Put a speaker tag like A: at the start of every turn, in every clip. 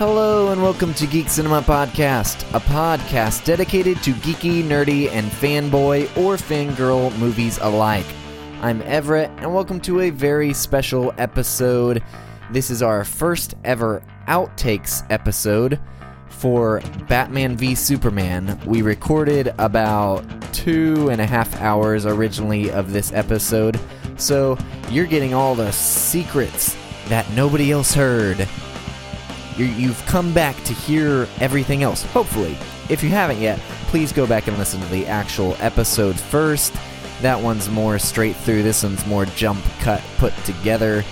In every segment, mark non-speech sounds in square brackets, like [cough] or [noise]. A: Hello and welcome to Geek Cinema Podcast, a podcast dedicated to geeky, nerdy, and fanboy or fangirl movies alike. I'm Everett, and welcome to a very special episode. This is our first ever outtakes episode for Batman v Superman. We recorded about two and a half hours originally of this episode, so you're getting all the secrets that nobody else heard you you've come back to hear everything else, hopefully. If you haven't yet, please go back and listen to the actual episode first. That one's more straight through, this one's more jump cut put together.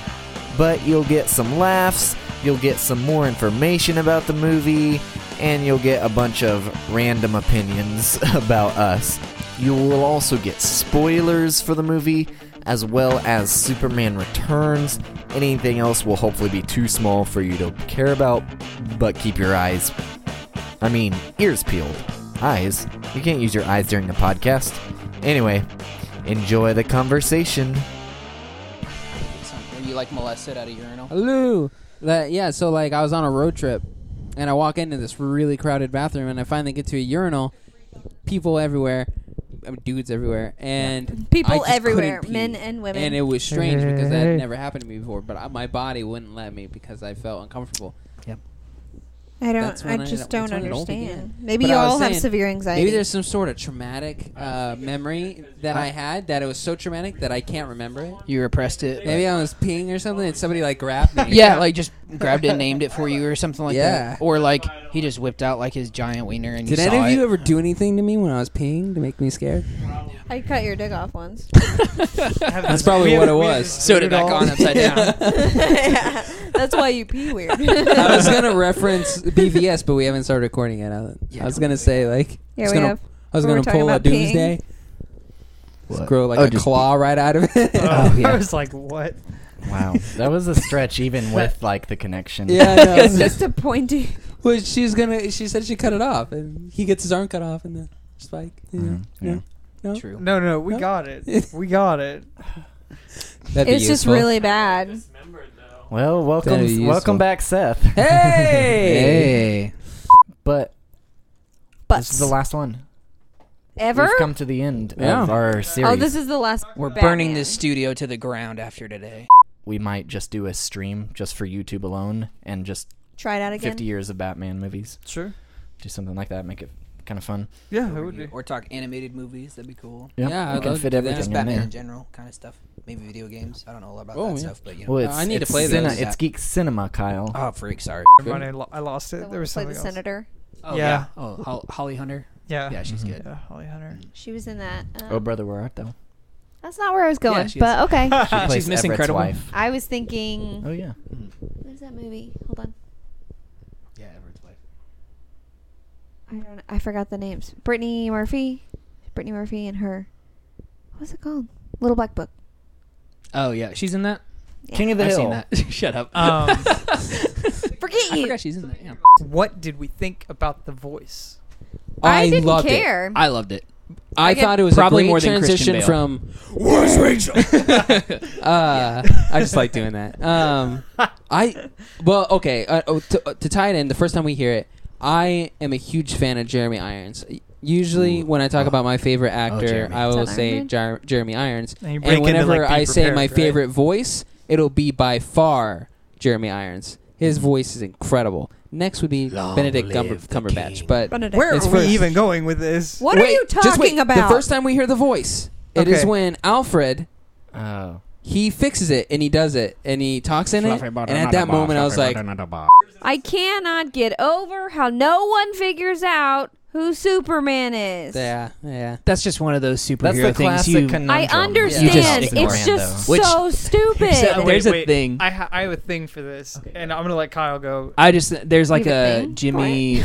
A: But you'll get some laughs, you'll get some more information about the movie, and you'll get a bunch of random opinions [laughs] about us. You will also get spoilers for the movie, as well as Superman Returns. Anything else will hopefully be too small for you to care about, but keep your eyes, I mean, ears peeled. Eyes? You can't use your eyes during the podcast. Anyway, enjoy the conversation.
B: Were you like molested at a urinal?
C: Hello. That yeah. So like, I was on a road trip, and I walk into this really crowded bathroom, and I finally get to a urinal. People everywhere, I mean, dudes everywhere, and I
D: People
C: just
D: everywhere,
C: couldn't pee.
D: men and women.
C: And it was strange because that had never happened to me before. But I, my body wouldn't let me because I felt uncomfortable.
D: I
C: that's
D: don't. I
C: when I
D: just
C: don't-
D: don't
C: that's when I don't think
D: understand. Maybe
C: But
D: you
C: I was
D: all have
C: saying,
D: severe anxiety.
C: Maybe there's some sort of traumatic uh, memory that I had that it was so traumatic that I can't remember it.
B: You repressed it?
C: Maybe I was peeing or something, and somebody like grabbed me.
B: Yeah, [laughs] like just grabbed it and named it for you or something like
C: Yeah.
B: that. Or like he just whipped out like his giant wiener and
C: Did
B: you saw
C: any of you
B: it.
C: ever do anything to me when I was peeing to make me [laughs] scared?
D: I cut your dick
C: [laughs]
D: off once. [laughs]
C: That's probably what it [laughs] was.
B: sewed it back on upside [laughs] down?
D: yeah, that's why you pee weird.
C: [laughs] I was
D: [laughs]
C: gonna reference BVS, but we haven't started recording yet. I, I was gonna say like, I
D: Yeah,
C: was
D: we
C: gonna,
D: have.
C: I was
D: we were
C: gonna
D: talking
C: pull a
D: about peeing.
C: doomsday, grow like
A: Oh,
C: a
A: just-
C: claw right out of
B: [laughs]
C: it.
E: Oh,
A: yeah.
E: I was like, what?
A: Wow.
E: [laughs] That was a stretch, even with like the connection.
C: [laughs] yeah, I
D: It's
B: [laughs]
C: know. [laughs]
D: just a pointy.
C: well, she's gonna. She said she cut it off, and he gets his arm cut off, and the spike. You know,
E: Mhm,
B: Mm-hmm.
E: yeah.
C: no, no.
B: True.
E: No, no,
C: we
E: we
C: Huh?
E: got it. We got it.
C: That'd be
D: It's just
C: useful.
D: really bad.
E: Well,
C: That'd be
E: welcome,
C: useful.
E: welcome back, Seth. [laughs]
C: Hey,
B: Hey.
E: But
D: But
E: this is the last one.
D: ever.
E: We've come to the end
C: Yeah.
E: of our series.
D: Oh, this is the last.
B: We're
D: Batman.
B: burning this studio to the ground after today.
E: we might just do a stream just for YouTube alone, and just
D: Try it out again.
E: fifty years of Batman movies.
F: Sure.
E: Do something like that. Make it kind of fun.
F: Yeah, it
B: Or
F: would
B: you-
F: be.
B: Or talk animated movies. That'd be cool.
C: Yeah,
E: you
C: I'd
E: can
C: love to do
E: fit
C: that.
E: everything
B: Just
E: in
B: Batman
E: there.
B: in general kind of stuff. Maybe video games. I don't know a lot about
C: Oh,
B: that
C: yeah.
B: stuff, but you know.
E: Well,
C: Uh,
E: it's,
C: I need to
E: it's
C: play those.
E: cine- It's geek cinema, Kyle.
B: Oh, freak! Sorry.
C: Good.
E: Good.
C: Someone
E: One
C: I
E: I, lost
D: The
E: it.
D: one
E: There was
D: who played
E: something
D: the senator.
B: Oh,
E: Yeah.
B: Oh, Hol- Holly Hunter.
E: Yeah.
B: Yeah, she's good.
E: Yeah, Holly Hunter.
D: She was in that. uh,
E: Oh, brother, where art thou?
D: that's not where I was going,
C: [laughs]
B: she
D: but okay.
F: [laughs]
E: She plays
B: She's Miss
E: Everett's
B: Incredible.
E: wife.
D: I was thinking.
E: Oh yeah.
D: What is that movie? Hold on.
B: Mm-hmm. Yeah, Everett's wife.
D: I don't. I forgot the names. Brittany Murphy, Brittany Murphy, and her. What's it called? Little Black Book.
B: Oh yeah, she's in that.
E: King of the
B: I've
E: Hill.
B: seen that. [laughs] Shut up.
F: Um,
D: [laughs] Forget
B: Uh, I
D: you.
B: forgot she's in that. Yeah.
F: what did we think about the voice?
D: I didn't
C: loved it.
D: care.
B: I loved it.
C: I
D: Again,
C: thought it was
B: probably
C: a great
B: more than Christian
C: transition
B: Bale.
C: from
E: [laughs]
C: [laughs] Where's Rachel? uh, I just like doing
D: [laughs]
C: that. Um, I well, okay. Uh, oh, to, uh, to tie it in, the first time we hear it, I am a huge fan of Jeremy Irons. Usually, when I talk about my favorite actor,
E: Jeremy.
C: I
D: Is
C: will
D: that Iron
C: say
D: Man?
C: Jer- Jeremy Irons.
F: And you
C: And,
F: break into,
C: whenever
F: like, Be
C: I say my
F: Prepared, right?
C: favorite voice, it'll be by far Jeremy Irons. His voice is incredible. Next would be
B: Long
C: Benedict
B: live
C: Cumber-
B: the
C: Cumberbatch,
B: king.
C: but
F: Where
C: It's
F: are we
C: first.
F: even going with this?
D: what are
C: Wait,
D: you
C: just wait.
D: talking about?
C: The first time we hear the voice, it is
F: Okay.
C: when Alfred
E: Oh.
C: he fixes it and he does it and he talks in it. And at that moment, I was like,
D: I cannot get over how no one figures out who Superman is.
C: yeah, yeah.
B: That's just one of those superhero
E: That's the
B: things
E: classic
B: you.
E: conundrum.
D: I
B: You just
D: understand.
B: ignore
D: it's
B: him,
D: just
B: though. Which-
D: so stupid.
B: So-
F: Uh, Wait, [laughs]
B: There's a
F: wait.
B: thing.
F: I, ha- I have a thing for this, and I'm gonna let Kyle go.
B: I just there's like
D: Leave it
B: a
D: thing?
B: Jimmy,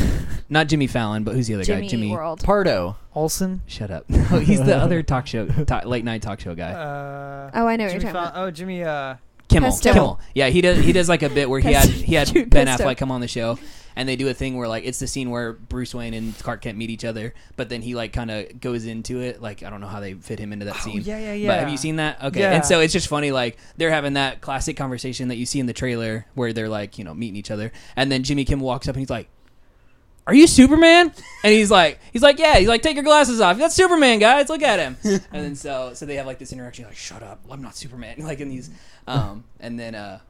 B: not Jimmy Fallon, but who's the other
D: Jimmy,
B: guy? Jimmy.
D: World.
E: Pardo.
F: Olson.
B: Shut up. [laughs] No, he's the other talk
E: [laughs]
B: show, ta late night talk show guy.
F: Uh,
D: Oh, I know what
F: Jimmy
D: you're talking
F: Fallon-
D: about.
F: Oh, Jimmy. Uh,
B: Kimmel.
D: Pesto.
B: Kimmel. Yeah, he does. He does like a bit where he had he
D: [laughs]
B: had
D: Dude,
B: Ben
D: Pesto.
B: Affleck come on the show, and they do a thing where like it's the scene where Bruce Wayne and Clark Kent meet each other, but then he like kind of goes into it. Like I don't know how they fit him into that
F: Oh,
B: scene.
F: yeah, yeah,
B: But
F: yeah.
B: have you seen that? Okay.
F: Yeah.
B: And so it's just funny like they're having that classic conversation that you see in the trailer where they're like you know meeting each other, and then Jimmy Kimmel walks up and he's like. Are you Superman? And he's like, he's like, yeah. He's like, take your glasses off. That's Superman, guys. Look at
F: [laughs]
B: him. And then so, so they have like this interaction. Like, shut up. I'm not Superman. [laughs] Like in these, um, and then uh,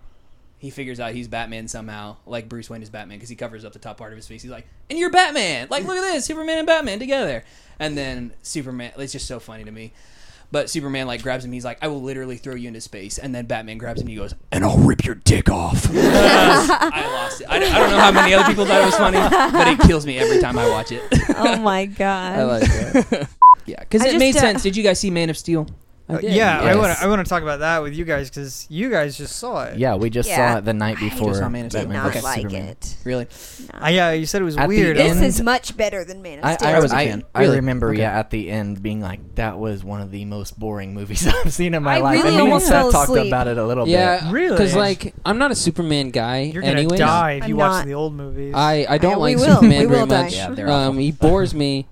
B: he figures out he's Batman somehow, like Bruce Wayne is Batman because he covers up the top part of his face. He's like, "And you're Batman! Like, look at this, Superman and Batman together." And then Superman, it's just so funny to me. But Superman like grabs him. He's like, "I will literally throw you into space." And then Batman grabs him. and He goes, "And I'll rip your dick off."
C: [laughs]
B: I lost it. I, I don't know how many other people thought it was funny, but it kills me every time I watch it.
D: oh my god.
C: I
B: [laughs]
C: like that.
B: yeah, because
D: I
B: it
D: just,
B: made
D: uh,
B: sense. Did you guys see Man of Steel?
C: I did.
F: Oh, yeah, I
E: yes.
F: want to I want to talk about that with you guys because you guys just saw it.
E: Yeah, we just
D: Yeah.
E: saw it the night
D: I just
E: before.
B: saw Man of Steel.
D: did
E: Batman
D: not
E: versus
D: like
E: Superman.
D: it.
B: Really?
D: No.
F: Uh, yeah, you said it was
E: At the
F: weird.
D: this
F: and-
D: is much better than Man
E: I,
D: of Steel.
E: I,
B: was a
E: I-
B: fan.
E: I
B: Really?
E: remember,
B: Okay.
E: yeah, at the end being like, that was one of the most boring movies [laughs] I've seen in my
D: I
E: life.
D: really
E: and me
D: almost
E: and Seth
D: fell
E: talked
D: asleep.
E: about it a little
C: Yeah,
F: Really?
C: Because like I'm not a Superman guy.
F: you're gonna
C: anyway.
F: die if
D: I'm
F: you watch
D: not.
F: the old movies.
C: I, I
D: Uh,
C: don't like
D: we will.
C: Superman
D: We
C: very
D: will die.
C: much.
D: Yeah,
E: they're
C: um,
E: awful.
C: he bores
D: [laughs]
C: me.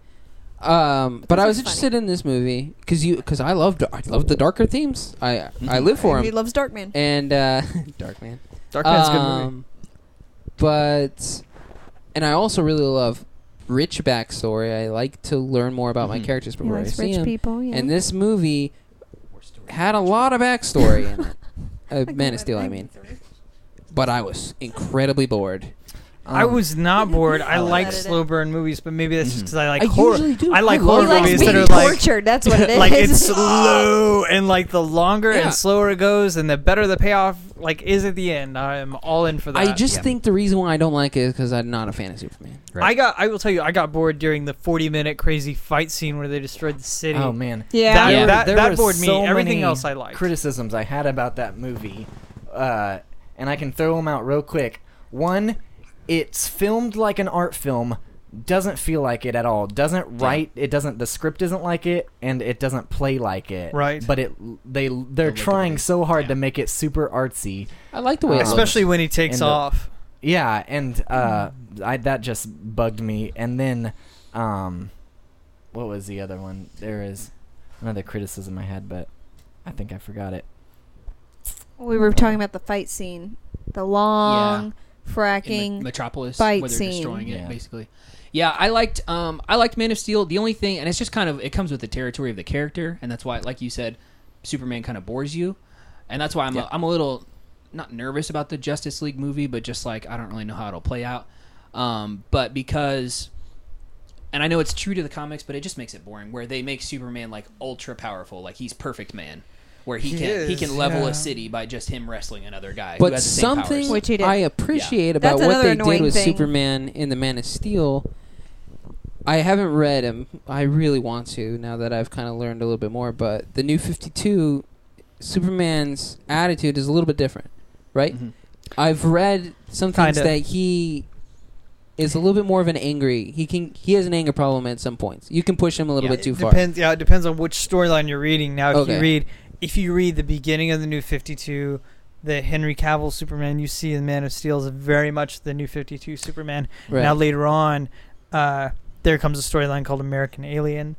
C: Um, but I
D: This
C: was
D: is funny.
C: interested in this movie because you because I loved I love the darker themes. I
D: Mm-hmm.
C: I live for
D: He
C: him.
D: loves Darkman.
C: And
D: [laughs]
C: uh, Dark Man.
F: Dark Knight's a good movie.
C: Um, But and I also really love rich backstory. I like to learn more about
F: Mm-hmm.
C: my
E: Mhm.
C: characters
D: He
C: before I
D: likes
C: see
D: rich
C: them.
D: people. Yeah.
C: And this movie had a lot of backstory
D: [laughs]
C: in it. Uh, Man of Steel, I mean. But I was incredibly bored.
E: bit.
A: Um,
F: I was not bored. I
D: I'll
F: like
D: let it
F: slow burn movies, but maybe that's just
E: Mhm.
F: because I like
C: I
F: horror.
C: usually do.
F: I like
C: I
D: he
F: horror
C: love
D: likes
F: movies
D: being
F: that are like
D: tortured. That's
F: [laughs]
D: what it is. [laughs]
F: like it's slow and like the longer
C: Yeah.
F: and slower it goes and the better the payoff like is at the end. I am all in for that.
C: I just
E: Yeah.
C: think the reason why I don't like it is because I'm not a fan of Superman.
B: Uh,
F: I got I will tell you I got bored during the 40 minute crazy fight scene where they destroyed the city.
E: Oh, man.
D: Yeah.
F: That,
E: Yeah.
F: that,
E: There
F: that
E: were
F: bored me.
E: so
F: Everything
E: many
F: else I liked.
E: criticisms I had about that movie, uh, and I can throw them out real quick. One, it's filmed like an art film. Doesn't feel like it at all. Doesn't write. It doesn't. The script isn't like it, and it doesn't play like it.
F: Right.
E: But it they they're
B: look of
E: trying
B: it.
E: so hard
B: Yeah.
E: to make it super artsy.
C: I like the way it
B: Uh,
E: Um,
C: looks.
F: Especially when he takes
E: And the-
F: off.
E: Yeah, and uh, I that just bugged me. And then, um, what was the other one? There is another criticism I had, but I think I forgot it.
D: [laughs] We were talking about the fight scene, the long
B: in
D: fracking.
B: Me- Metropolis
D: fight
B: where they're
D: scene.
B: destroying it
E: Yeah.
B: basically. Yeah, I liked um I liked Man of Steel. The only thing and it's just kind of it comes with the territory of the character and that's why like you said Superman kind of bores you. And that's why I'm a, I'm a little not nervous about the Justice League movie but just like I don't really know how it'll play out. Um but because and I know it's true to the comics but it just makes it boring where they make Superman like ultra powerful like he's perfect man where he,
F: He
B: can he
F: is,
B: can level
F: yeah.
B: a city by just him wrestling another guy who
C: but
B: has the same powers.
C: something
D: Which he did.
C: I appreciate about
D: That's
C: what
D: another
C: they did
D: annoying
C: with
D: thing.
C: Superman in the Man of Steel. I haven't read him. I really want to now that I've kind of learned a little bit more. But the New Fifty Two, Superman's attitude is a little bit different, right?
B: Mhm.
C: I've read some things
F: Kinda.
C: that he is a little bit more of an angry. He can he has an anger problem at some points. You can push him a little
B: Yeah.
C: bit too
F: it
C: far.
F: Depends. Yeah, it depends on which storyline you're reading. Now, if
C: Okay.
F: you read, if you read the beginning of the New Fifty Two, the Henry Cavill Superman you see in Man of Steel is very much the New Fifty Two Superman.
C: Right.
F: Now later on, uh, there comes a storyline called American Alien.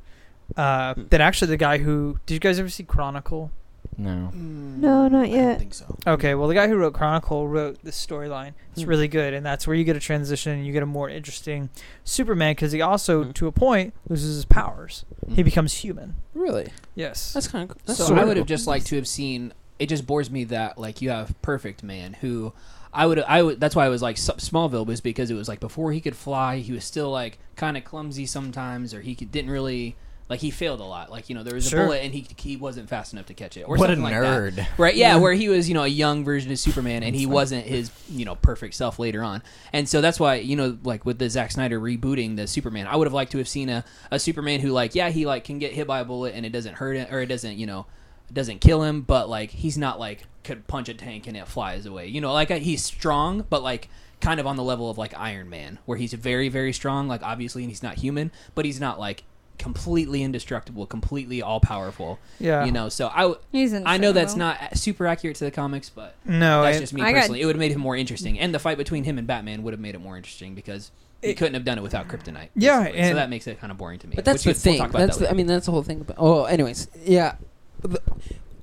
F: Uh,
C: Hmm.
F: That actually the guy who did you guys ever see Chronicle?
E: No.
D: No, not
B: Mm. I
D: yet.
B: don't think so.
F: Okay, well the guy who wrote Chronicle wrote this storyline. It's
C: Hmm.
F: really good, and that's where you get a transition and you get a more interesting Superman because he also,
C: Hmm.
F: to a point, loses his powers. He
B: Hmm.
F: becomes human.
C: really,
F: Yes.
C: that's kind of that's
B: so
C: sort
B: I
C: of
B: would have
C: cool.
B: just liked to have seen. It just bores me that like you have perfect man who I would I would that's why I was like S- Smallville was because it was like before he could fly he was still like kind of clumsy sometimes or he could, didn't really like he failed a lot like you know there was
F: Sure.
B: a bullet and he he wasn't fast enough to catch it or
E: What a
B: something like that.
E: nerd.
B: right yeah where he was you know a young version of Superman and he wasn't his you know perfect self later on and so that's why you know like with the Zack Snyder rebooting the Superman I would have liked to have seen a a Superman who like yeah he like can get hit by a bullet and it doesn't hurt it or it doesn't you know it doesn't kill him but like he's not like could punch a tank and it flies away you know like uh, he's strong but like kind of on the level of like Iron Man where he's very very strong like obviously and he's not human but he's not like completely indestructible, completely all powerful.
F: Yeah.
B: You know, so I w-
D: He's in.
B: I know that's not super accurate to the comics, but
F: No,
B: that's
F: I-
B: just me
D: I got-
B: personally. it would have made him more interesting, and the fight between him and Batman would have made it more interesting because he
F: It-
B: couldn't have done it without kryptonite.
F: Yeah,
B: basically. so
F: and-
B: that makes it kind of boring to me.
C: But that's
B: Which
C: the thing.
B: we- we'll talk about
C: that's
B: that
C: the, I
B: later.
C: mean that's the whole thing. About, oh, anyways, yeah. The-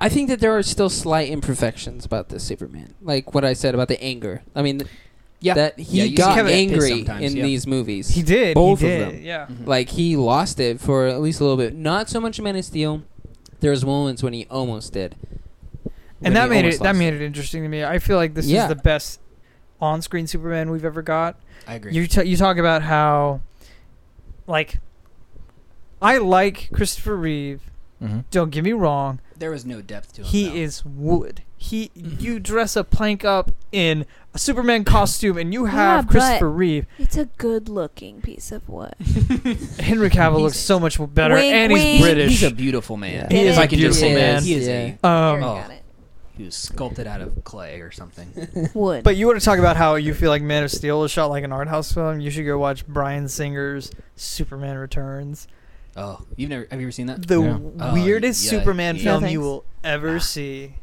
C: I think that there are still slight imperfections about this Superman, like what I said about the anger. I mean, th-
B: yeah,
C: that
B: Yeah,
C: he
B: you
C: got
B: see that
C: angry
B: sometimes,
C: in
B: yeah.
C: these movies.
F: he did.
C: both
F: he
C: of
F: did,
C: them.
F: Yeah.
B: Mhm.
C: like he lost it for at least a little bit. Not so much Man of Steel. There was moments when he almost did, When
F: and that
C: he
F: made
C: almost
F: it that
C: lost
F: made it interesting to me. I feel like this
C: Yeah.
F: is the best on-screen Superman we've ever got.
B: I agree.
F: You t- you talk about how, like, I like Christopher Reeve.
E: Mhm.
F: Don't get me wrong.
B: there was no depth to him.
F: He
B: though.
F: is wood. He you dress a plank up in a Superman costume and you have
D: but-
F: Christopher Reeve.
D: It's a good-looking piece of wood.
F: Henry Cavill
D: He's-
F: looks so much better
D: Wink,
F: and he's
D: wink.
F: British.
B: He's a beautiful man.
C: Yeah.
F: He
B: If
F: is
B: I
F: a
B: can just say
F: beautiful
B: that,
F: man.
B: he is
C: Yeah.
B: a
D: Eric
F: um,
B: Oh.
D: got it.
B: he was sculpted out of clay or something.
D: Wood.
F: but you want to talk about how you feel like Man of Steel was shot like an art house film? You should go watch Brian Singer's Superman Returns.
B: Oh, you've never have you ever seen that?
F: The
E: Yeah.
B: Oh,
F: weirdest
B: yeah,
F: Superman
B: yeah.
F: film
D: No
F: you
D: thanks.
F: will ever see.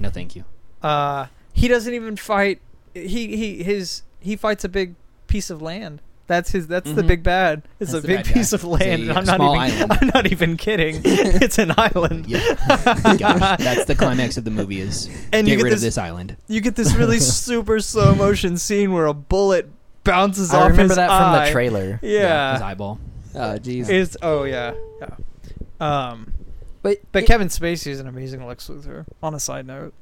B: No, thank you.
F: Uh, he doesn't even fight. He he his he fights a big piece of land. That's his. That's the
B: Mhm.
F: big bad. It's
B: That's
F: a
B: the
F: big
B: bad guy.
F: piece of
B: It's a
F: land. i I'm not
B: small
F: even.
B: island.
F: [laughs] I'm not
B: [laughs]
F: even kidding. it's an island. [laughs]
B: Yeah. Gosh, that's the climax of the movie is
F: And you
B: get
F: get
B: rid
F: this,
B: of this island.
F: You get this
B: [laughs]
F: really super slow motion scene where a bullet bounces
E: I
F: off
E: remember
F: his
E: that
F: eye.
E: from
D: uh,
E: the trailer.
B: his
F: Yeah.
B: eyeball.
C: Oh, jeez.
F: it's oh yeah. Yeah. Um.
C: But
F: But
C: it-
F: Kevin Spacey is an amazing Lex Luthor. On a side note,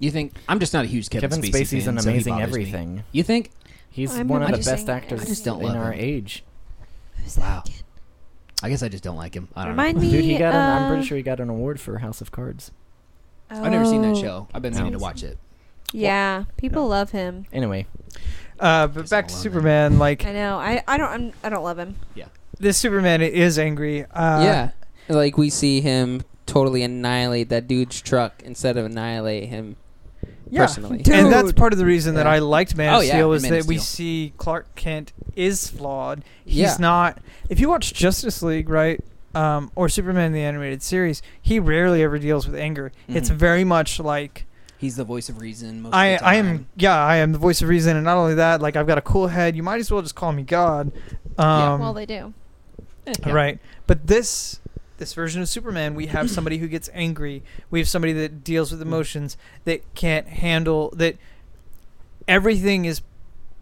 B: You think I'm just not a huge Kevin,
E: Kevin,
B: Spacey
E: Spacey's
B: fan,
E: an
B: so he
E: amazing
B: bothers me.
E: everything.
B: You think?
E: He's
D: I'm
E: one of
D: not
E: the best
D: noticing
E: actors
D: I just
B: don't
E: in
B: love
E: our
B: him.
E: age.
D: Who's that
B: Wow.
D: again?
B: I guess I just don't like him. I don't
D: Remind
B: know.
D: me.
E: Dude, he got. an,
D: uh,
E: I'm pretty sure he got an award for House of Cards.
B: [laughs] I've never seen that
D: oh.
B: show. I've been meaning to watch it.
D: Yeah, people love him.
E: Anyway,
F: uh, but
B: Guess
F: back
B: I'll
F: to
B: learn that.
F: Superman. Like
D: I know. I, I don't I'm, I don't love him.
F: this Superman is angry. Uh,
C: yeah, like we see him totally annihilate that dude's truck instead of annihilate him
F: Yeah.
C: personally.
F: And that's
D: Dude.
F: part of the reason that
C: Yeah.
F: I liked Man
C: Oh,
F: of
C: yeah,
F: Steel is
B: Man of
F: that we
B: Steel.
F: see Clark Kent is flawed. He's
C: Yeah.
F: not. If you watch Justice League, right, um, or Superman the animated series, he rarely ever deals with anger. It's
B: Mhm.
F: very much like
B: He's the voice of reason. Most
F: I,
B: of the time.
F: I am. Yeah, I am the voice of reason, and not only that, like I've got a cool head. You might as well just call me God. Um,
D: yeah, well they do.
B: Eh, yeah.
F: Right. But this this version of Superman, we have somebody who gets angry. We have somebody that deals
C: Mm.
F: with emotions that can't handle that everything is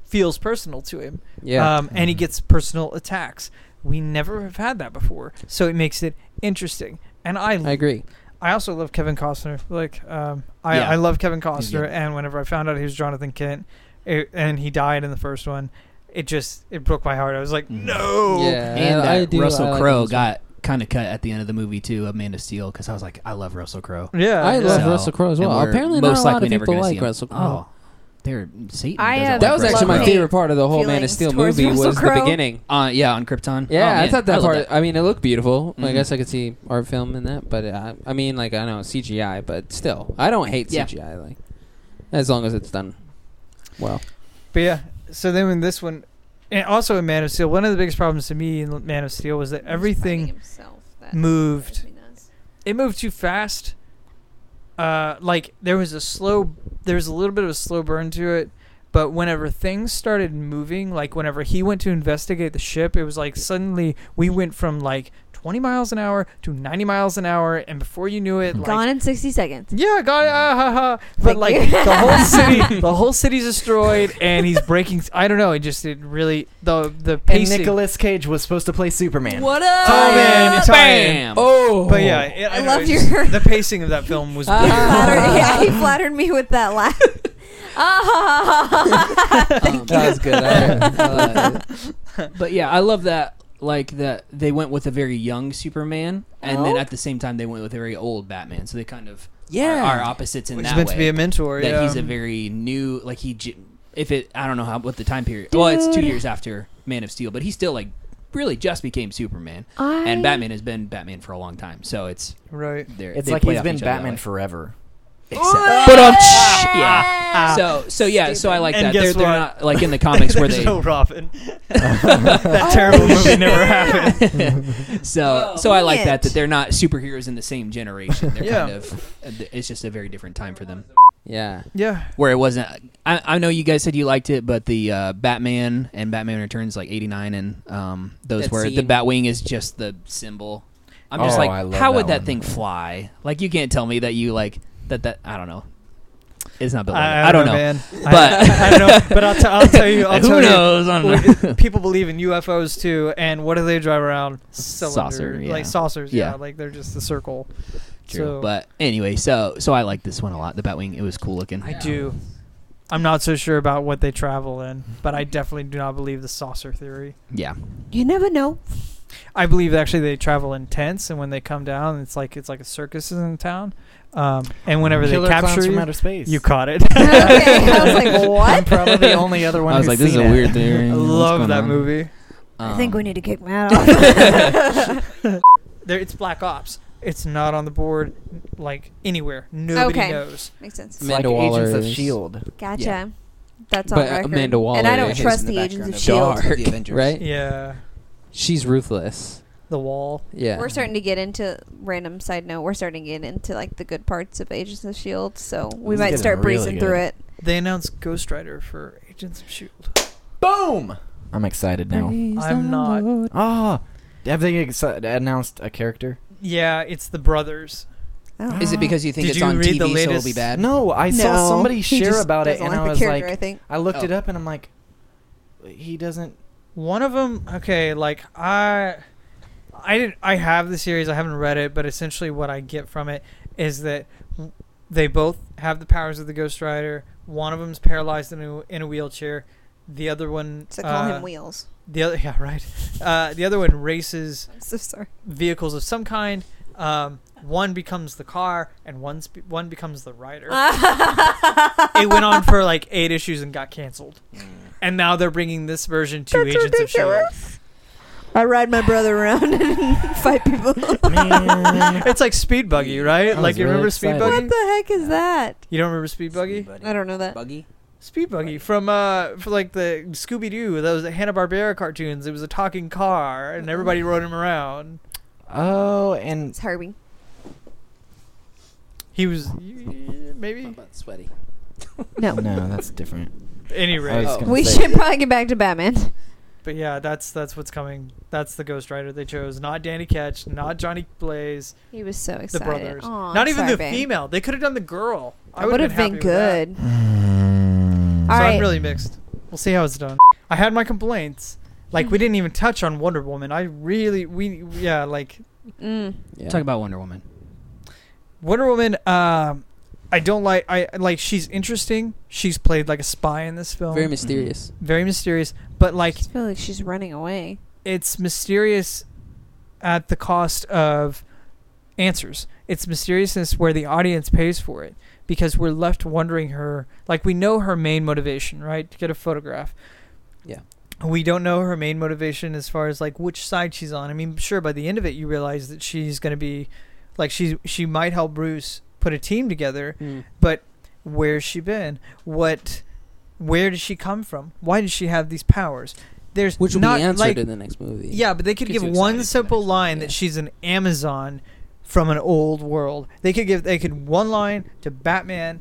F: feels personal to him.
C: Yeah, Mm-hmm.
F: Um, and he gets personal attacks. We never have had that before. So it makes it interesting. And I
C: I agree.
F: I also love Kevin Costner. Like, um, I,
B: Yeah.
F: I love Kevin
B: He's good.
F: Costner, and whenever I found out he was Jonathan Kent, it, and he died in the first one, it just it broke my heart. I was like,
B: Mhm.
F: no.
C: Mm-hmm. Yeah,
B: And
C: I, I
B: that
C: do, uh, I
B: Russell
C: like
B: Crowe
C: him as well.
B: got kind of cut at the end of the movie too of Man of Steel because I was like, I love Russell Crowe.
F: Yeah,
C: I
F: yeah.
C: love
B: So-
C: Russell Crowe as
B: and
C: well.
B: we're
C: Apparently, not
B: most
C: a lot
B: likely
C: of
B: never
C: people
B: gonna see
C: like
B: him.
C: Russel Crowe.
B: Oh, they're Satan.
D: I
B: doesn't
D: have
B: like
C: that was
B: Russell
C: actually my
B: Crowe.
D: Love-hate
C: favorite part of the whole Man of
D: feelings
C: Steel
D: towards
C: movie
D: Russell
C: was the
D: Crowe.
C: beginning.
B: Uh, yeah, on Krypton.
C: Yeah,
B: oh,
C: I
B: man,
C: thought that
B: love
C: part. I mean, it looked beautiful. I
B: Mhm.
C: guess I could see art film in that, but I, I mean, like I know CGI, but still, I don't hate
B: Yeah.
C: CGI. Like as long as it's done well.
F: But yeah, so then in this one, and also in Man of Steel, one of the biggest problems to me in Man of Steel was that
D: He's fighting
F: everything
D: himself. That
F: moved.
D: drives me nuts.
F: It moved too fast. Uh, like there was a slow, there was a little bit of a slow burn to it. But whenever things started moving, like whenever he went to investigate the ship, it was like suddenly we went from like 20 miles an hour to 90 miles an hour, and before you knew it, like,
D: Gone in 60 seconds.
F: Yeah, God, ah, ha, ha. But
D: Thank
F: like
D: you.
F: the [laughs] whole city, the whole city's destroyed, and he's breaking. I don't know. It just it really the the
E: and
F: pacing.
E: Nicolas Cage was supposed to play Superman.
B: What up?
F: Tom in, it's Tom
B: Bam.
C: Oh,
F: but yeah, it, I,
D: I
F: don't
D: love
F: know, it's just-
B: [laughs]
D: your-
F: the pacing of that film was.
B: Uh,
C: Ah.
F: weird.
D: Flattered- yeah, he flattered me with that laugh. Ah,
B: Um,
C: that was good. I, I liked it.
B: Uh, but yeah, I love that. Like that, they went with a very young Superman, and then
D: Oh.
B: at the same time, they went with a very old Batman. So they kind of
C: Yeah.
B: are, are opposites in
F: Which
B: that
F: is meant
B: way.
F: to be a mentor.
B: that
F: yeah.
B: he's a very new, like he. j- If it, I don't know how what the time period. Well, it's two
D: Dude.
B: years after Man of Steel, but he still like really just became Superman,
D: I- [laughs]
B: and Batman has been Batman for a long time. So it's
F: right.
B: they're,
E: It's
B: they
E: like
B: play
E: he's
B: off
E: been
B: each other that
E: Batman
B: way.
E: forever.
B: Except-
C: But um,
B: yeah.
F: [laughs]
B: So so yeah. So I like
G: And
B: that.
G: guess
B: They're, they're
G: what?
B: not like in the Ah. [laughs] comics where
G: There's
B: they.
G: no Robin.
F: [laughs]
G: that terrible movie never happened.
B: Oh.
C: Oh,
B: [laughs] so so I like that
D: Shit.
B: that they're not superheroes in the same generation. They're
F: Yeah.
B: kind of uh, it's just a very different time for them.
C: Yeah.
F: Yeah.
B: Where it wasn't. I, I know you guys said you liked it, but the uh, Batman and Batman Returns like '89 and um, those
C: That
B: where the
C: scene.
B: Batwing is just the symbol. I'm just
E: Oh,
B: like,
E: I love
B: how would
E: that
B: that
E: one.
B: thing fly? Like you can't tell me that you like that that I don't know. It's not built. like
F: I,
B: that. I don't know.
F: man. I-
B: But-
F: I, don't know.
B: [laughs]
F: But I'll, t- I'll tell you. I'll
B: Who
F: tell you.
B: knows? I don't know.
F: We- people believe in UFOs too, and what do they drive around? Cylinder,
B: Saucer, yeah.
F: like saucers,
B: Yeah.
F: yeah. like they're just a circle.
B: True.
F: So-
B: But anyway, so so I like this one a lot. The Batwing, it was cool looking.
F: I do. I'm not so sure about what they travel in, but I definitely do not believe the saucer theory.
B: Yeah.
D: You never know.
F: I believe actually they travel in tents, and when they come down, it's like it's like a circus is in town. Um, and whenever
E: Killer
F: they capture
E: Clowns from
F: you,
E: Outer Space.
F: you caught
D: [laughs]
F: it. [laughs]
D: okay. I was
E: [laughs]
D: like,
E: I'm
D: what?
E: probably the only other one.
B: I was
E: who's
B: like, this is
E: seen
B: a
E: it.
B: weird theory.
F: I love that movie.
B: Um,
D: I think we need to kick
F: [laughs]
D: Matt off.
F: There, it's Black Ops. It's not on the board, like anywhere. Nobody
D: Okay.
F: knows.
D: Makes sense.
E: It's like
C: Amanda
E: Agents of
C: Waller's-
E: Shield.
D: [laughs] Gotcha.
B: Yeah.
D: That's on
C: But
D: record.
C: Amanda Waller
D: and I don't
C: is
D: trust
C: in
D: the,
C: the
D: Agents of
C: background
D: Shield.
C: of Dark,
G: The Avengers.
C: right?
F: Yeah,
C: She's ruthless.
F: the wall.
C: Yeah.
D: We're starting to get into random side note. We're starting to get into like the good parts of Agents of Shield, E so we
E: This is
D: might
E: getting
D: start
E: really
D: breezing
E: good.
D: through it.
F: They announced Ghost Rider for Agents of Shield.
E: Boom! I'm excited now.
F: E I'm not.
E: Ah, have they ex- announced a character?
F: Yeah, it's the brothers.
D: Oh.
B: Is it because you think
F: Did
B: it's
F: you
B: on
F: read
B: TV,
F: the
B: so it'll
F: latest-
B: be bad?
E: No, I
D: No,
E: saw somebody
D: he
E: share
D: just
E: about it,
D: doesn't
E: and
D: like
E: I
D: the
E: was
D: character, I
E: like,
D: think.
E: I looked
B: Oh.
E: it up, and I'm like, he doesn't.
F: One of them. Okay, like I, I didn't. I have the series. I haven't read it, but essentially what I get from it is that w- they both have the powers of the Ghost Rider. One of them's paralyzed in a, in a wheelchair. The other one.
D: So call
F: uh,
D: him Wheels.
F: The other. [laughs] Yeah, right. Uh, the other one races
D: I'm so sorry.
F: vehicles of some kind. Um, one becomes the car, and one sp- one becomes
D: [laughs]
F: the rider. [laughs] it went on for like eight issues and got canceled,
E: mm,
F: and now they're bringing this version to
D: That's
F: Agents of
D: ridiculous. I ride my brother around [laughs] and fight people. what
E: Man.
F: Shield. It's like Speed Buggy, right?
E: I
F: Like
E: was
F: you
E: really
F: remember Speed
E: excited.
F: Buggy?
D: the heck is that?
F: You don't remember Speed Buggy?
D: I don't know that.
G: Buggy.
F: Speed Buggy from uh, for like the Scooby Doo. That was the Hanna Barbera cartoons. It was a talking car, and everybody rode him around.
E: oh,
D: [laughs]
E: and
D: It's Herbie.
F: He was maybe
C: sweaty.
D: No.
E: no, that's different.
B: [laughs]
F: any
E: I was
F: rate.
E: gonna
D: We
E: say-
D: should probably get back to Batman.
F: But yeah, that's that's what's coming. That's the Ghost Rider they chose. Not Danny Ketch, not Johnny Blaze,
D: He was so
F: the
D: excited.
F: brothers.
D: Aw,
F: not
D: I'm
F: even
D: sorry,
F: the
D: babe.
F: female. They could have done the girl. I
D: That would have been,
F: happy
D: good.
F: with that.
C: Mm.
D: All
F: so
D: right.
F: I'm really mixed. We'll see how it's done. I had my complaints. Like we didn't even touch on Wonder Woman. I really we yeah, like
D: mm.
C: Yeah.
B: Talk about Wonder Woman.
F: Wonder Woman um I don't like I like she's interesting. She's played like a spy in this film.
C: Very mysterious.
F: Very mysterious, but
D: I
F: like
D: just feel like she's running away.
F: it's mysterious at the cost of answers. It's mysteriousness where the audience pays for it because we're left wondering her like we know her main motivation, right? To get a photograph.
C: Yeah.
F: We don't know her main motivation as far as like which side she's on. I mean, sure by the end of it you realize that she's going to be like she she might help Bruce put a team together,
C: Mm.
F: but where's she been? What where did she come from? Why does she have these powers? There's
C: Which will
F: not
C: be answered
F: like,
C: in the next movie.
F: yeah, but they could
C: Gets
F: give
C: you
F: one
C: excited for
F: simple
C: next one,
F: line
C: yeah.
F: that she's an Amazon from an old world. They could give they could one line to Batman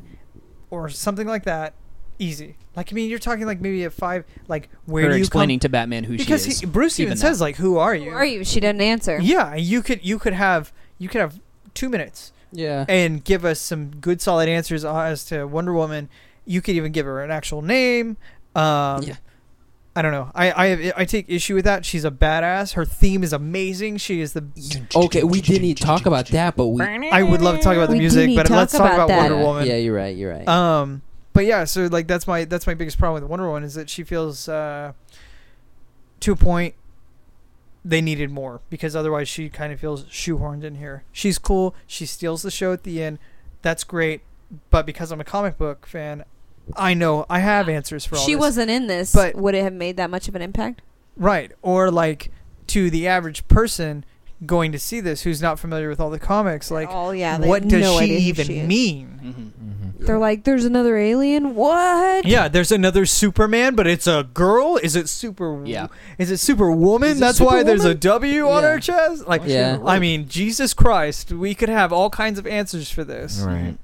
F: or something like that. Easy. Like I mean, you're talking like maybe a five. Like where
B: Her
F: do you
B: explaining
F: come?
B: to Batman who
F: because
B: she is.
F: he, Bruce even,
B: now.
F: says like, "Who are you?"
D: Who are you? She doesn't answer.
F: Yeah, you could you could have you could have two minutes
C: Yeah.
F: and give us some good solid answers as to Wonder Woman. You could even give her an actual name. Um,
C: Yeah.
F: I don't know. I, I I take issue with that. She's a badass. Her theme is amazing. She is the.
C: Okay, we didn't even talk about that, but we.
F: I would love to talk about the
D: We do
F: music,
D: need
F: but
D: to
F: let's
D: talk
F: talk
D: about
F: about,
D: that.
F: Wonder Woman.
C: Yeah, you're right. You're right.
F: Um, but yeah, so like that's my that's my biggest problem with Wonder Woman is that she feels uh, to a point they needed more because otherwise she kind of feels shoehorned in here. She's cool. She steals the show at the end. That's great. But because I'm a comic book fan, I know I have answers for all.
D: She
F: this.
D: wasn't in this.
F: But-
D: would it have made that much of an impact?
F: Right. Or like to the average person going to see this who's not familiar with all the comics, like
D: oh yeah. they
F: what
D: have
F: does
D: no
F: she
D: idea who
F: even
D: she is.
F: mean?
B: Mhm.
E: mm-hmm.
C: Yeah.
D: They're like, there's another alien. What?
G: Yeah, there's another Superman, but it's a girl. Is it super?
B: Yeah.
G: Is it Superwoman?
B: Is it
G: That's why there's a
B: Superwoman?
G: W on
B: Yeah.
G: her chest. Like,
C: Yeah.
G: I mean, Jesus Christ, we could have all kinds of answers for this.
B: [laughs]
E: Right.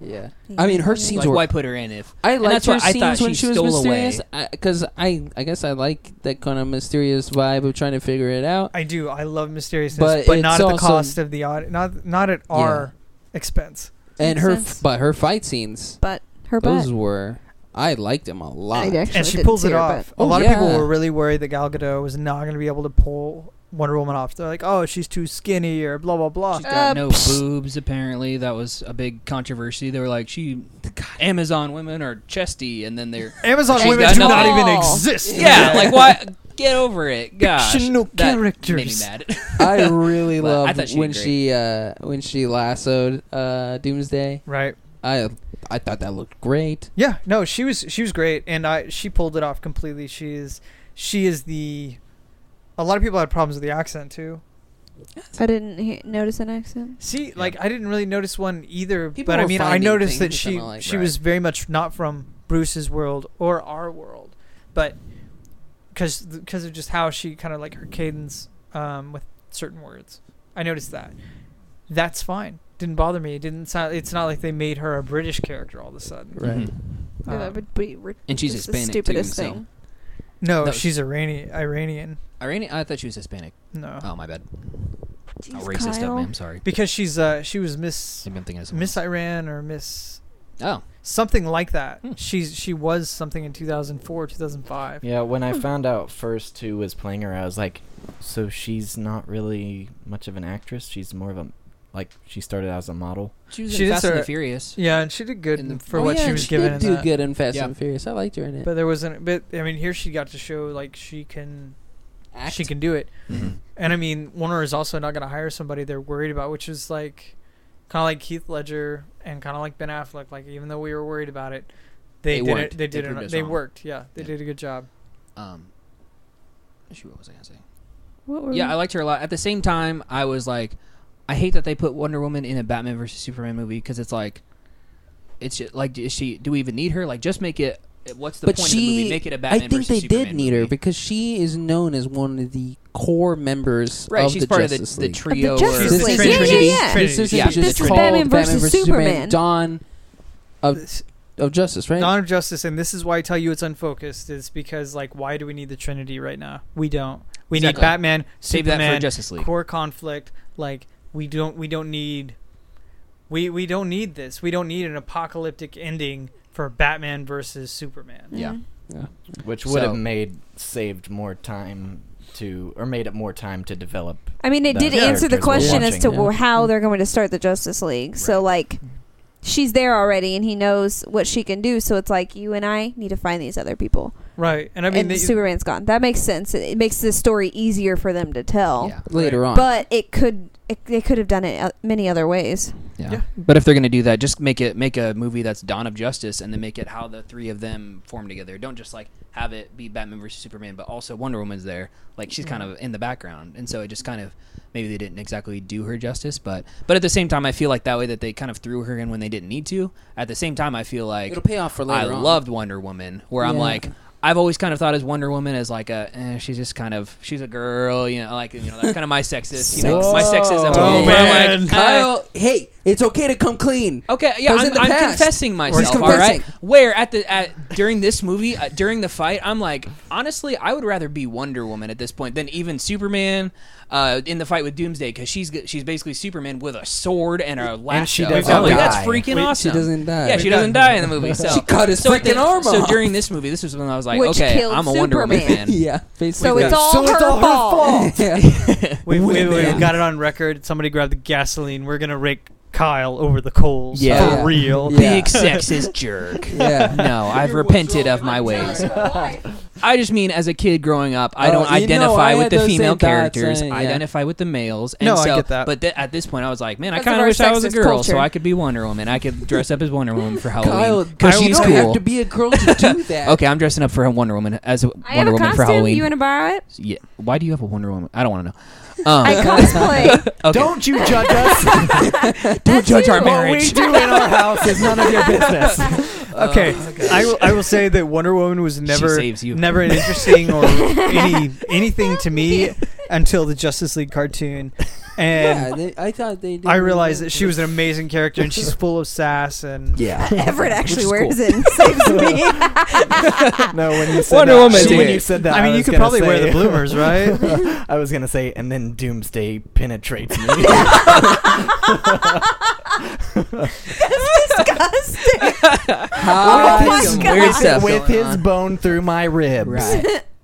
C: Yeah. I mean, her scenes
B: Like,
C: were
B: why put her in if?
C: I liked
B: that's
C: her
B: what I
C: scenes
B: thought
C: when
B: she
C: she was
B: stole away.
C: mysterious because I, I guess I like that kind of mysterious vibe of trying to figure it out.
F: I do. I love mysteriousness,
C: But
F: but,
C: it's
F: not at the
C: also-
F: cost of the audi- not not at our expense.
C: And
D: Makes
C: her,
D: sense.
C: but her fight scenes,
D: But her butt.
C: those were I liked them a lot.
D: I actually
F: and she
D: didn't
F: pulls
D: see
F: it
D: her
F: off.
D: butt.
C: Oh,
F: a lot of
C: yeah.
F: people were really worried that Gal Gadot was not going to be able to pull Wonder Woman off. They're like, "Oh, she's too skinny," or blah blah blah.
B: She's got
D: Uh,
B: no
D: psh.
B: boobs. Apparently, that was a big controversy. They were like, she, Amazon women are chesty, and then they're
F: [laughs]
G: Amazon
B: She's
G: women
B: got
G: do not
B: nothing.
G: even
D: Oh.
G: exist.
B: yeah, like why? Get over it, gosh.
G: Fictional
B: That Made me
G: characters.
B: mad.
C: [laughs] I [laughs] really
B: But I
C: loved
B: thought she did
C: when
B: great.
C: she uh, when she lassoed uh, Doomsday.
F: Right?
C: I I thought that looked great.
F: Yeah. No, she was she was great, and I she pulled it off completely. She is she is the. A lot of people had problems with the accent too.
D: I didn't he- notice an accent.
F: See, like I didn't really notice one either,
C: People
F: but I
C: were
F: mean, I
C: finding
F: noticed that
C: things
F: she
C: I'm like,
F: she was very much not from Bruce's world or our world, but because because of just how she kind of like her cadence um, with certain words, I noticed that. That's fine. Didn't bother me. It didn't sound. It's not like they made her a British character all of a sudden.
C: Right.
D: Yeah, that
F: Um,
D: would be ri-
B: And she's
D: just
B: Hispanic,
D: the
B: too,
D: stupidest
B: so-
D: thing.
F: No,
B: No,
F: she's Iranian. Iranian.
B: Irene, I thought she was Hispanic.
F: No,
B: Oh my bad.
D: Jeez,
B: oh, racist
D: Kyle.
B: of me. I'm sorry.
F: because she's uh she was Miss
B: I've been thinking of someone
F: Miss Iran or Miss
B: else. Oh,
F: something like that.
B: Hmm.
F: She's she was something in 2004, 2005.
E: Yeah, when I found out first who was playing her, I was like, so she's not really much of an actress. She's more of a like she started out as a model.
B: she was
F: She
B: in
F: did
B: Fast and the
F: start-
B: Furious.
F: Yeah, and she did good
B: In the-
F: for
C: Oh,
F: what
C: yeah,
F: she was given.
C: did
F: in
C: do
F: that.
C: good in Fast
B: Yeah.
C: and Furious. I liked her in it.
F: But there wasn't. But I mean, here she got to show like she can,
C: Act.
F: she can do it.
B: Mm-hmm.
F: And I mean, Warner is also not going to hire somebody they're worried about, which is like, kind of like Keith Ledger and kind of like Ben Affleck. Like even though we were worried about it, they,
B: They
F: did
B: worked.
F: it. They
B: They
F: did
B: proved
F: it.
B: us
F: They
B: wrong.
F: worked. Yeah, they
B: Yeah.
F: did a good job.
B: Um, shoot, what was I gonna say?
D: What were
B: Yeah,
D: we-
B: I liked her a lot. At the same time, I was like, I hate that they put Wonder Woman in a Batman versus Superman movie because it's like, it's just, like, is she? Do we even need her? Like, just make it. What's the
C: but
B: point
C: she,
B: of the movie? Make it a
C: I
B: Batman.
C: think they
B: versus Superman
C: did need her
B: movie.
C: because she is known as one of the core members
B: right,
C: of
B: she's
C: the
B: part
C: Justice
B: of the, the
C: League.
D: Of the
B: trio.
D: Justice
B: or,
C: This
D: League.
C: isn't
D: Yeah,
C: just-
D: yeah, yeah.
C: This isn't
B: Yeah.
C: just
D: This is
C: called
D: Batman versus Superman.
C: Dawn of,
F: This-
C: of Justice, right?
F: Dawn of Justice, and this is why I tell you it's unfocused. Is because like, why do we need the Trinity right now? We don't. We
B: Exactly.
F: need Batman,
B: Save
F: Superman,
B: that for Justice League.
F: core conflict like we don't we don't need we we don't need this we don't need an apocalyptic ending for batman versus superman
B: Yeah.
D: Mhm.
E: which would
B: So-
E: have made saved more time to or made it more time to develop
D: I mean, it
E: the
D: did answer the
E: characters we're
D: question as to
C: watching, yeah.
D: wh- how they're going to start the Justice League. So, like, she's there already, and he knows what she can do. So it's like you and I need to find these other people.
F: right and i mean
D: and
F: they-
D: Superman's gone. That makes sense. It, it makes the story easier for them to tell.
B: Yeah.
C: Later on.
D: But it could it, they could have done it uh, many other ways.
B: Yeah.
F: Yeah.
B: But if they're gonna do that, just make it make a movie that's Dawn of Justice, and then make it how the three of them form together. Don't just like have it be Batman versus Superman, but also Wonder Woman's there. Like she's kind of in the background, and so it just kind of maybe they didn't exactly do her justice, but but at the same time, I feel like that way that they kind of threw her in when they didn't need to. At the same time, I feel like
C: It'll pay off for
B: I
C: later on.
B: loved Wonder Woman, where I'm
C: Yeah.
B: like. I've always kind of thought as Wonder Woman as like a eh, she's just kind of she's a girl you know like you know that's kind of my sexist you know my sexism
G: Oh,
B: where I'm
G: man.
B: like, I-
C: Kyle, hey, it's okay to come clean.
B: Okay, yeah,
C: Those in
B: I'm,
C: the
B: I'm
C: past.
B: confessing myself.
C: confessing.
B: All right, where at the at during this movie, uh, during the fight, I'm like, honestly, I would rather be Wonder Woman at this point than even Superman uh, in the fight with Doomsday because she's g- she's basically Superman with a sword and a lasso.
E: she
B: I'm
E: doesn't
B: like, That's
E: die.
B: freaking awesome.
C: doesn't die.
B: Yeah, she doesn't die in the movie. So
C: [laughs] She cut his
B: so at the-
C: freaking arm
B: So
C: off.
B: during this movie, this was when I was like,
D: Which
B: okay,
D: killed
B: I'm a Wonder Woman
D: Superman.
B: fan.
C: [laughs] yeah, basically.
D: So it's all her fault. [laughs]
C: Yeah.
F: we've, we've,
C: Women.
F: we've got it on record somebody grabbed the gasoline we're gonna rake kyle over the coals
B: Yeah.
F: for real
C: [laughs] Yeah.
B: Big sexist jerk.
C: [laughs] [laughs] yeah.
B: No, I've repented of my ways. I just mean as a kid growing up, I
C: Oh,
B: don't
C: you know,
B: identify
C: I
B: with
C: had
B: the
C: those
B: female
C: same thoughts,
B: characters.
C: uh,
B: I
C: yeah.
B: identify with the males. And
H: No, I
B: so,
H: get that.
B: But th- at this point, I was like, man,
D: That's
B: I kind
D: of
B: of
D: our
B: wish I was a
D: sexist
B: girl
D: culture.
B: so I could be Wonder Woman. I could dress up as Wonder
C: [laughs]
B: Woman for
C: Kyle,
B: Halloween
C: Kyle, you
B: she's
C: don't have
B: cool.
C: to be a girl to do [laughs] that.
B: Okay, I'm dressing up for a Wonder Woman as a
I: I have
B: Wonder
I: a
B: Woman for
I: costume.
B: Halloween.
I: You want to borrow it?
B: yeah. Why do you have a Wonder Woman? I don't want
I: [laughs]
B: to know. Um,
D: I cosplay.
B: okay.
A: Don't you judge us.
B: don't judge our
A: what we
B: marriage. [laughs]
A: do in our house is none of your business.
B: Uh,
F: Okay, I, will, I will say that Wonder Woman was never
B: saves you.
F: never an interesting or any anything to me until the Justice League cartoon, and
C: [laughs] yeah, they, I thought they. Did
F: I realized that she was an amazing character and she's full of
B: [laughs]
F: sass and
A: Yeah.
I: Everett actually
B: is
I: wears it and saves me.
D: [laughs]
A: No, when you said
B: Wonder
A: that,
B: Woman
A: when
B: did.
A: you said that,
F: I mean,
A: was
F: you could
A: gonna
F: probably wear
A: say- [laughs]
F: the bloomers, right?
A: I was gonna say, and then Doomsday penetrates
F: [laughs]
A: me.
F: Oh
I: That's disgusting.
C: Hi,
I: my
C: some
I: God.
C: weird stuff
A: with
C: going
A: his
C: on.
A: bone through my ribs.
C: [laughs]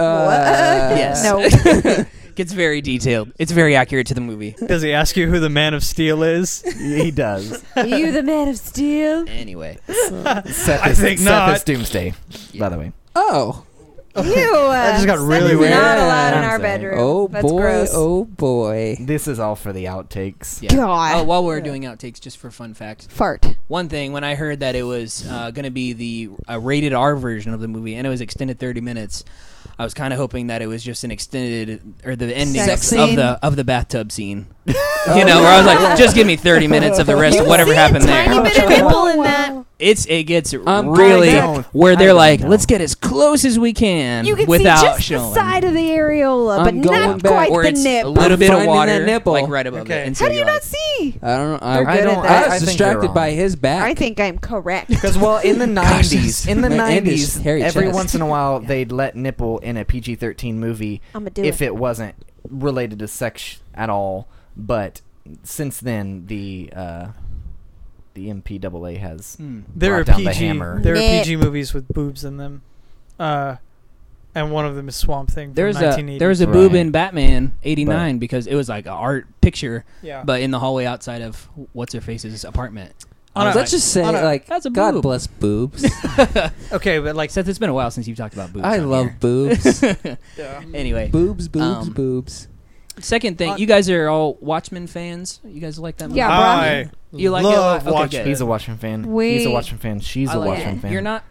C: Right.
B: Yes.
D: no.
B: Gets very detailed. It's very accurate to the movie.
F: Does he ask you who the Man of
B: [laughs]
F: Steel is?
A: He does.
F: [laughs]
I: you the man of steel.
B: Anyway,
A: Seth
F: I
A: is,
F: think
A: Seth
F: not.
A: is Doomsday, by the way.
C: [laughs] Oh.
D: Ew.
F: [laughs] That just got
B: uh,
F: really
D: That is
F: weird.
D: uh, Not allowed in
A: Yeah.
D: our
A: I'm saying.
D: bedroom.
C: Oh
D: That's
C: boy.
D: gross.
C: Oh boy.
A: This is all for the outtakes.
B: yeah.
D: God.
B: Oh, while we're doing outtakes, just for fun fact,
D: Fart.
B: one thing when I heard that it was uh, going to be the uh, rated R version of the movie and it was extended 30 minutes, I was kind of hoping that it was just an extended or the ending of,
D: Sex
B: of
D: scene?
B: the of the bathtub scene. you know, where I was like, just give me 30 minutes of the rest of whatever happened
D: Tiny
B: there.
D: bit of
C: [laughs]
D: nipple in that.
B: It's it gets
C: Um,
B: really
A: I don't-
B: where
A: I
B: they're
A: don't
B: like,
A: know.
B: let's get as close as we can
D: You can
B: without
D: see just
B: showing.
D: the side of the areola, but
C: I'm going
D: not
C: back.
D: quite
B: or
D: the
B: it's
D: nip.
B: a little
C: I'm
B: bit of
C: finding
B: water,
C: that nipple.
B: like right above
F: Okay.
B: it. And so
D: How do you
B: you're
D: not
B: like,
D: see?
C: I don't know.
D: They're
C: I,
D: good
C: don't.
D: at that.
C: I
A: I
C: was
A: think
C: distracted
A: you're
C: by
A: wrong.
C: his back.
D: I think I'm correct.
A: Because well, in the
C: [laughs] Gosh,
A: nineties, in the
C: my Andy's
A: nineties,
C: hairy
A: every
C: chest.
A: once in a
C: [laughs]
A: while they'd let nipple in a PG thirteen movie
D: I'm gonna do
A: if
D: it.
A: it wasn't related to sex at all. But since then, the uh, the MPAA has
B: hmm.
F: There are
A: Brought down
F: PG.
A: the hammer.
F: There are
D: Nip.
F: PG movies with boobs in them, uh, and one of them is Swamp Thing. From
B: There was a
F: 1980.
B: there was a boob
A: Right.
B: in Batman '89 because it was like an art picture,
F: yeah.
B: but in the hallway outside of what's her face's apartment.
F: On a-
C: Let's just say,
F: on a-
C: like,
B: oh, That's a
C: God
B: boob.
C: bless boobs.
F: okay, but like
B: Seth, it's been a while since you've talked about boobs.
C: I
B: on
C: love
B: here. [laughs]
C: boobs. [laughs]
B: Anyway,
C: boobs, boobs,
B: Um,
C: boobs.
B: second thing,
F: On-
B: you guys are all Watchmen fans. You guys like that movie?
D: Yeah, bro.
F: I
B: You like it a
F: love
B: lot? Okay,
F: watching.
B: good.
A: He's a Washington fan. He's
D: Wait.
A: a Washington fan. She's
B: I
A: a
B: like
A: Washington
B: it.
A: fan.
B: You're not.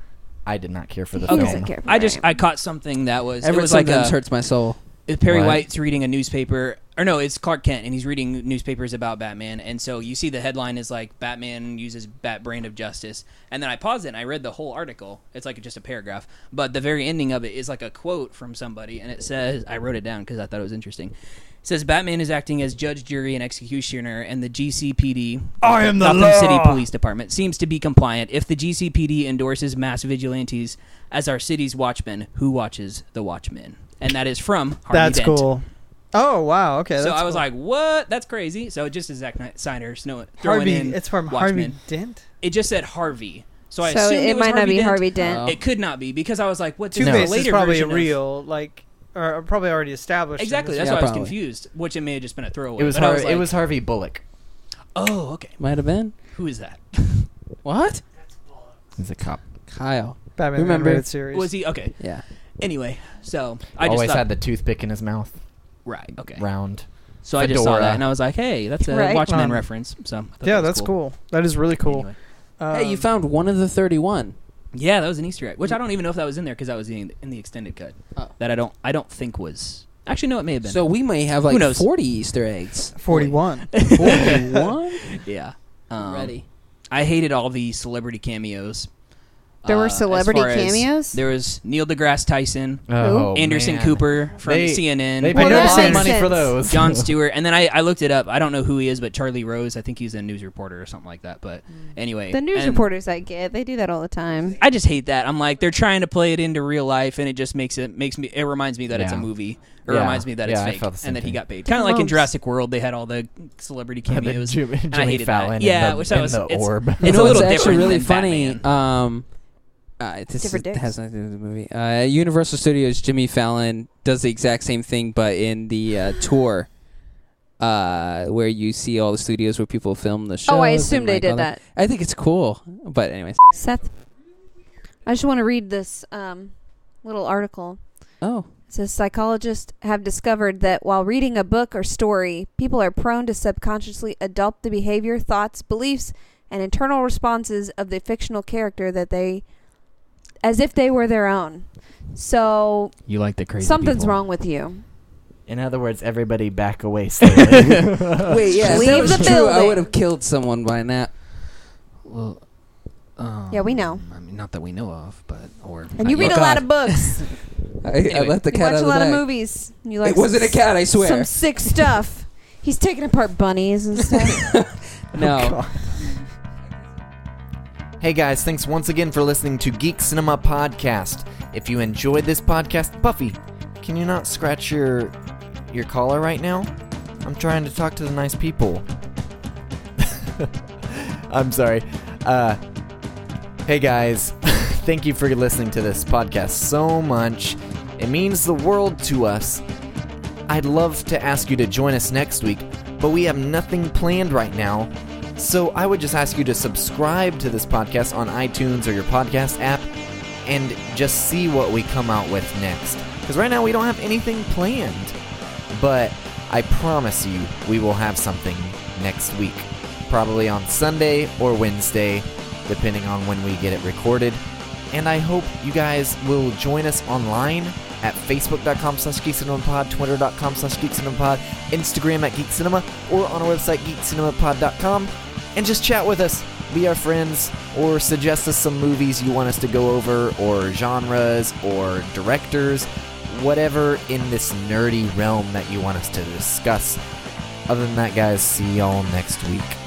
A: I did not care for the
D: He
A: film.
B: Okay.
D: doesn't care. For
B: I just
D: it.
B: I caught something that was
C: Every
B: it was like a
C: hurts my soul.
B: If Perry
A: What?
B: White's reading a newspaper, or no, it's Clark Kent, and he's reading newspapers about Batman. And so you see the headline is like Batman uses Bat Brand of Justice, and then I paused it and I read the whole article. It's like just a paragraph, but the very ending of it is like a quote from somebody, and it says I wrote it down because I thought it was interesting. It says Batman is acting as judge, jury, and executioner, and the GCPD,
F: I am the
B: Gotham
F: law.
B: City Police Department, seems to be compliant. If the GCPD endorses mass vigilantes as our city's watchmen, who watches the watchmen? And that is from Harvey
F: That's
B: Dent.
F: cool. Oh wow. Okay.
B: so
F: that's
B: I was
F: cool.
B: like, "What? That's crazy!" So just as Zack Kni- Snyder snow- throwing
F: Harvey.
B: in,
F: It's from Harvey
B: Watchmen.
F: Dent.
B: it just said Harvey. So I
D: so
B: assumed
D: it
B: was
D: might not
B: Harvey
D: be
B: Dent.
D: Harvey Dent.
B: It could not be because I was like, "What's
F: Two
B: the
F: Face
B: later
F: is probably a
B: version of-
F: real, like, or probably already established. in
B: Exactly.
F: this
B: That's
C: Yeah,
B: why I was
C: probably.
B: confused. Which it may have just been a throwaway.
A: It was,
B: but I
A: Har- it
B: like,
A: was Harvey Bullock.
B: Oh, okay.
C: Might have been.
B: Who is that?
C: What?
A: He's a cop.
C: Kyle.
F: Batman
C: Remember-
F: animated series.
B: Was he okay?
C: Yeah.
B: Anyway, so I just
A: Always
B: thought,
A: had the toothpick in his mouth.
B: right. Okay.
A: Round.
B: So I just saw
A: Fedora.
B: that and I was like, "Hey, that's a
D: Right.
B: Watchmen
F: Um,
B: reference." So I thought
F: Yeah,
B: that was
F: that's cool. That is really cool.
C: hey,
B: Anyway.
C: you
F: Um,
C: found one of the 31.
B: Yeah, that was an Easter egg,
A: Mm.
B: which I don't even know if that was in there because that was in, in the extended cut.
C: Oh.
B: That I don't, I don't think was. Actually, no, it may have been.
C: So we may have like
B: Who knows?
C: 40 Easter eggs.
F: 41.
C: [laughs] 41?
B: yeah, um, I hated all the celebrity cameos. Uh,
D: There were
B: as
D: celebrity
B: far as-
D: cames?
B: There was Neil deGrasse Tyson,
A: Oh,
B: Anderson
A: man.
B: Cooper from
A: They-
B: CNN,
A: They
F: Well,
A: paid a
F: that
A: lot of
F: makes
A: money for
D: sense.
A: those. [laughs]
B: John Stewart, and then I, I looked it up. I don't know who he is, but Charlie Rose. I think he's a news reporter or something like that. But anyway,
D: Mm. The news
B: and
D: reporters I get, they do that all the time.
B: I just hate that. I'm like they're trying to play it into real life, and it just makes it makes me. It reminds me that it's a
A: Yeah.
B: movie. It
A: Yeah.
B: reminds me that it's
A: Yeah, I
B: fake,
A: felt the same
B: and that he
A: thing.
B: got paid. Kind of like in
D: Lumps.
B: Jurassic World, they had all the
A: [laughs]
B: celebrity
A: The
B: cameos.
A: Jim- Jimmy
B: and I hated
A: Fallon
B: that.
A: and
B: Yeah,
A: the-
B: which I
A: and
B: was.
A: the
B: it's,
A: orb.
B: it's a
C: So it's
B: little
C: actually
B: different
C: really
B: than
C: funny.
B: Batman.
C: Um, uh, this
D: Different
C: is-
D: dicks.
C: has nothing to do with the movie. Uh, Universal Studios, Jimmy Fallon does the exact same thing, but in the uh, tour. Uh, where you see all the studios where people film the show.
D: Oh, I assume they did that.
C: I think it's cool, but anyways,
D: Seth, I just want to read this um, little article.
C: Oh.
D: It says psychologists have discovered that while reading a book or story, people are prone to subconsciously adopt the behavior, thoughts, beliefs, and internal responses of the fictional character that they as if they were their own. So
B: You like the crazy.
D: something's
B: people.
D: wrong with you.
E: In other words, everybody back
B: [laughs]
E: away slowly.
C: [laughs] Wait, yeah. if that
D: Leave
C: was
D: the
C: true, I
D: building.
C: would have killed someone by now.
B: Well, um,
D: Yeah, we know.
B: I mean, not that we know of, but or
D: And you
B: Not
D: read
B: yet.
D: a lot of books.
C: I, I
B: Anyway.
C: let [laughs] the
D: you
C: cat
D: watch
C: out
D: a
C: of
D: lot
C: the
D: of
C: bag.
D: movies. and You like
C: it wasn't a
D: some-
C: cat, I swear.
D: Some sick stuff. He's taking apart bunnies and
C: [laughs]
D: stuff.
C: no.
A: [laughs] Hey guys, thanks once again for listening to Geek Cinema Podcast. If you enjoyed this podcast, Buffy, can you not scratch your your collar right now? I'm trying to talk to the nice people. [laughs] I'm sorry. Uh, hey guys, [laughs] thank you for listening to this podcast so much. It means the world to us. I'd love to ask you to join us next week, but we have nothing planned right now. So I would just ask you to subscribe to this podcast on iTunes or your podcast app and just see what we come out with next. Because right now we don't have anything planned. But I promise you, we will have something next week. Probably on Sunday or Wednesday, depending on when we get it recorded. And I hope you guys will join us online at facebook.com slash geekcinemapod, twitter.com slash geekcinemapod, Instagram at geekcinema, or on our website geekcinemapod.com, and just chat with us, be our friends, or suggest us some movies you want us to go over, or genres, or directors, whatever in this nerdy realm that you want us to discuss. Other than that, guys, see y'all next week.